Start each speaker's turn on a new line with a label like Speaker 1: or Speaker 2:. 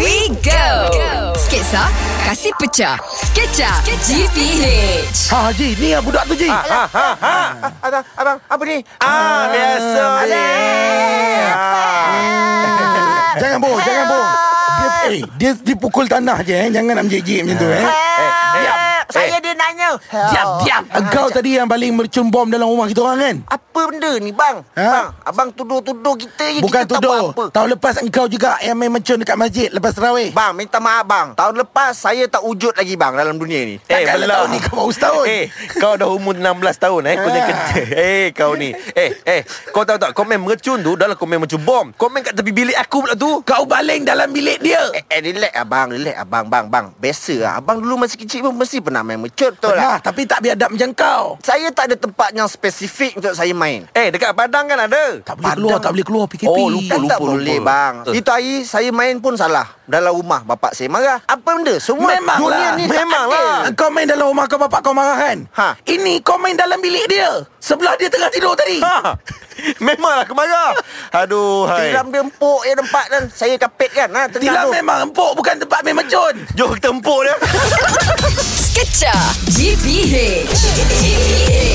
Speaker 1: we go. Sketsa, kasih pecah. Sketcha, GPH.
Speaker 2: Ha Haji, ni yang budak tu Ji.
Speaker 3: Ah.
Speaker 2: Ha.
Speaker 4: Ha, ha, ha. Abang, abang, apa ni? Ah, biasa je. Ah.
Speaker 2: Jangan bohong, jangan bohong. Dia, eh, dia dipukul tanah je eh. Jangan nak menjijik macam
Speaker 3: Ya.
Speaker 2: tu eh.
Speaker 4: Diam. Eh.
Speaker 3: Saya dia nanya.
Speaker 2: Diam, diam. Engkau tadi yang paling mercun bom dalam rumah kita orang kan?
Speaker 3: Apa benda ni bang?
Speaker 2: Ha?
Speaker 3: Bang, abang tuduh-tuduh kita je
Speaker 2: Bukan
Speaker 3: kita
Speaker 2: tuduh.
Speaker 3: tak buat apa.
Speaker 2: Tahun lepas engkau juga yang main mercun dekat masjid lepas tarawih.
Speaker 3: Bang, minta maaf bang. Tahun lepas saya tak wujud lagi bang dalam dunia ni.
Speaker 4: Eh,
Speaker 2: Takkanlah
Speaker 4: belum.
Speaker 2: tahun ni kau baru setahun.
Speaker 4: Eh, kau dah umur 16 tahun eh. Kau ni
Speaker 2: Ah.
Speaker 4: kerja. Eh, kau ni. Eh, eh. Kau tahu tak, komen mercun tu dalam komen mercun bom. Komen kat tepi bilik aku pula tu.
Speaker 2: Kau baling dalam bilik dia.
Speaker 3: Eh, eh relax abang, relax abang, bang, bang. Biasa lah. Abang dulu masih kecil pun mesti pernah main mecut betul
Speaker 2: Nah,
Speaker 3: lah.
Speaker 2: Ha, tapi tak biadab macam kau.
Speaker 3: Saya tak ada tempat yang spesifik untuk saya main.
Speaker 4: Eh, dekat Padang kan ada.
Speaker 2: Tak boleh keluar, tak boleh keluar PKP.
Speaker 4: Oh, lupa,
Speaker 3: Kan tak
Speaker 4: lupa,
Speaker 3: boleh
Speaker 4: lupa.
Speaker 3: bang.
Speaker 4: Eh.
Speaker 3: Itu hari saya main pun salah. Dalam rumah bapak saya marah. Apa benda? Semua dunia
Speaker 2: Memanglah
Speaker 3: ni tak
Speaker 4: memanglah.
Speaker 3: adil.
Speaker 2: Kau lah. main dalam rumah kau bapak kau marah kan?
Speaker 3: Ha.
Speaker 2: Ini kau main dalam bilik dia. Sebelah dia tengah tidur tadi.
Speaker 4: Ha. Memanglah aku marah. Aduh, hai.
Speaker 3: Tilam dia empuk ya tempat dan saya kapit kan. Ha, tengah
Speaker 2: Tilam
Speaker 3: tu.
Speaker 2: memang empuk bukan tempat main mercun.
Speaker 4: Jom kita empuk dia.
Speaker 1: Sketcha, GPH. GPH.